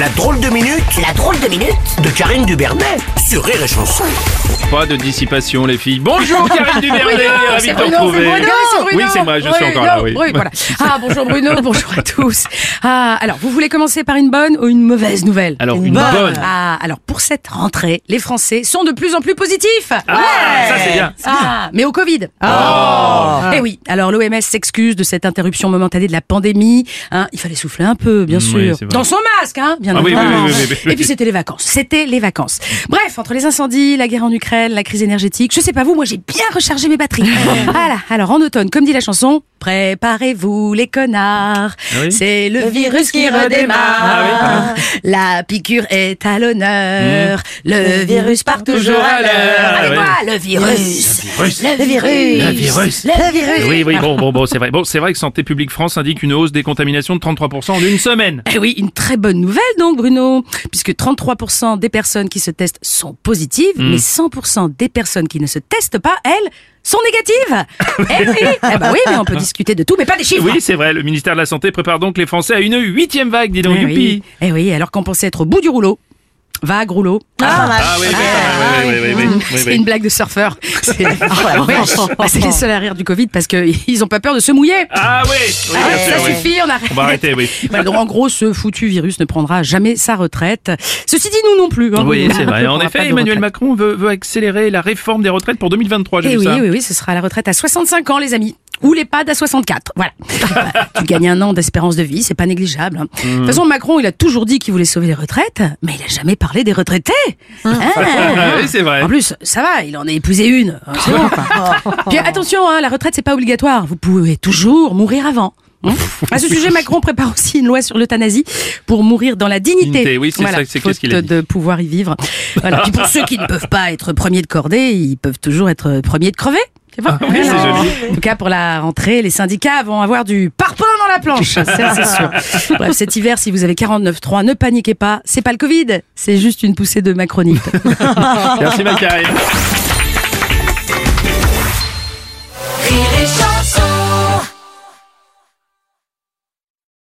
La drôle de minute, la drôle de minute de Karine Dubernet sur Rire et Chanson. Pas de dissipation, les filles. Bonjour, Karine Dubernet. Ravi de te C'est Bruno, c'est retrouver. Bruno, c'est Bruno. Oui, c'est moi, je suis encore là, oui. Bruno, voilà. Ah, bonjour Bruno, bonjour à tous. Ah, alors, vous voulez commencer par une bonne ou une mauvaise nouvelle Alors, une bonne. Ah, alors, pour cette rentrée, les Français sont de plus en plus positifs. Ah, ça c'est bien. Ah, mais au Covid. Eh oui, alors l'OMS s'excuse de cette interruption momentanée de la pandémie. hein. il fallait souffler un peu, bien Mm, sûr. oui, c'est vrai. Dans son masque, hein, bien Ah oui, oui, évidemment. oui, oui, oui, oui. Et puis c'était les vacances. C'était les vacances. Bref, entre les incendies, la guerre en Ukraine, la crise énergétique, je sais pas vous, moi j'ai bien rechargé mes batteries. voilà. Alors en automne, comme dit la chanson, préparez-vous les connards. Ah oui. C'est le, virus qui redémarre. Ah Hmm. La piqûre est à l'honneur. Le virus part toujours à l'heure. Ah Allez, oui. moi, le virus. Russe. Le virus. Le virus. Le virus. Oui, oui, bon, bon, bon, c'est vrai. Bon, c'est vrai que Santé publique France indique une hausse des contaminations de 33% en une semaine. Eh oui, une très bonne nouvelle donc, Bruno, puisque 33% des personnes qui se testent sont positives, Hmm. mais 100% des personnes qui ne se testent pas, elles, sont négatives. eh oui, eh ben oui, mais on peut discuter de tout, mais pas des chiffres. Ah Oui, c'est vrai. Le ministère de la Santé prépare donc les Français à une huitième vague, dis donc, eh oui. youpi. Eh oui, alors qu'on pensait être au bout du rouleau. Vague, rouleau. Ah oui, oui, oui, oui, oui, oui, oui, oui, mm, C'est oui. une blague de surfeur. C'est Bah, c'est les seuls à rire du Covid parce qu'ils ont pas peur de se mouiller. Ah oui, oui, Ah, bien ça sûr, oui. suffit, on arrête. On va arrêter, oui. Voilà, donc en gros, ce foutu virus ne prendra jamais sa retraite. Ceci dit, nous non plus. hein. Oui, Nous, c'est on vrai. ne En prendra pas effet, de Emmanuel retraite. Macron veut, veut accélérer la réforme des retraites pour 2023, j'ai Eh vu oui, ça. oui, oui, ce sera la retraite à 65 ans, les amis. Ou l'EHPAD à 64. Voilà. Bah, tu gagnes un an d'espérance de vie, c'est pas négligeable. hein. De Hmm. toute façon, Macron, il a toujours dit qu'il voulait sauver les retraites, mais il a jamais parlé des retraités. Hmm. Ah. Oui, c'est vrai. En plus, ça va, il en a épousé une. Hein, C'est bon, Ah quoi. Puis attention, hein, la retraite, c'est pas obligatoire. Vous pouvez toujours mourir avant. Hein à ce sujet, Macron prépare aussi une loi sur l'euthanasie pour mourir dans la dignité. Dignité, oui, c'est ça, c'est faute qu'est-ce qu'il a dit. de pouvoir y vivre. Voilà. Puis pour ceux qui ne peuvent pas être premiers de cordée, ils peuvent toujours être premiers de crever. C'est vrai. Ah oui, c'est Voilà. joli. En tout cas, pour la rentrée, les syndicats vont avoir du parpaing dans la planche. Ça, c'est sûr. Bref, cet hiver, si vous avez 49.3, ne paniquez pas. C'est pas le Covid. C'est juste une poussée de macronite. Merci, ma Karine.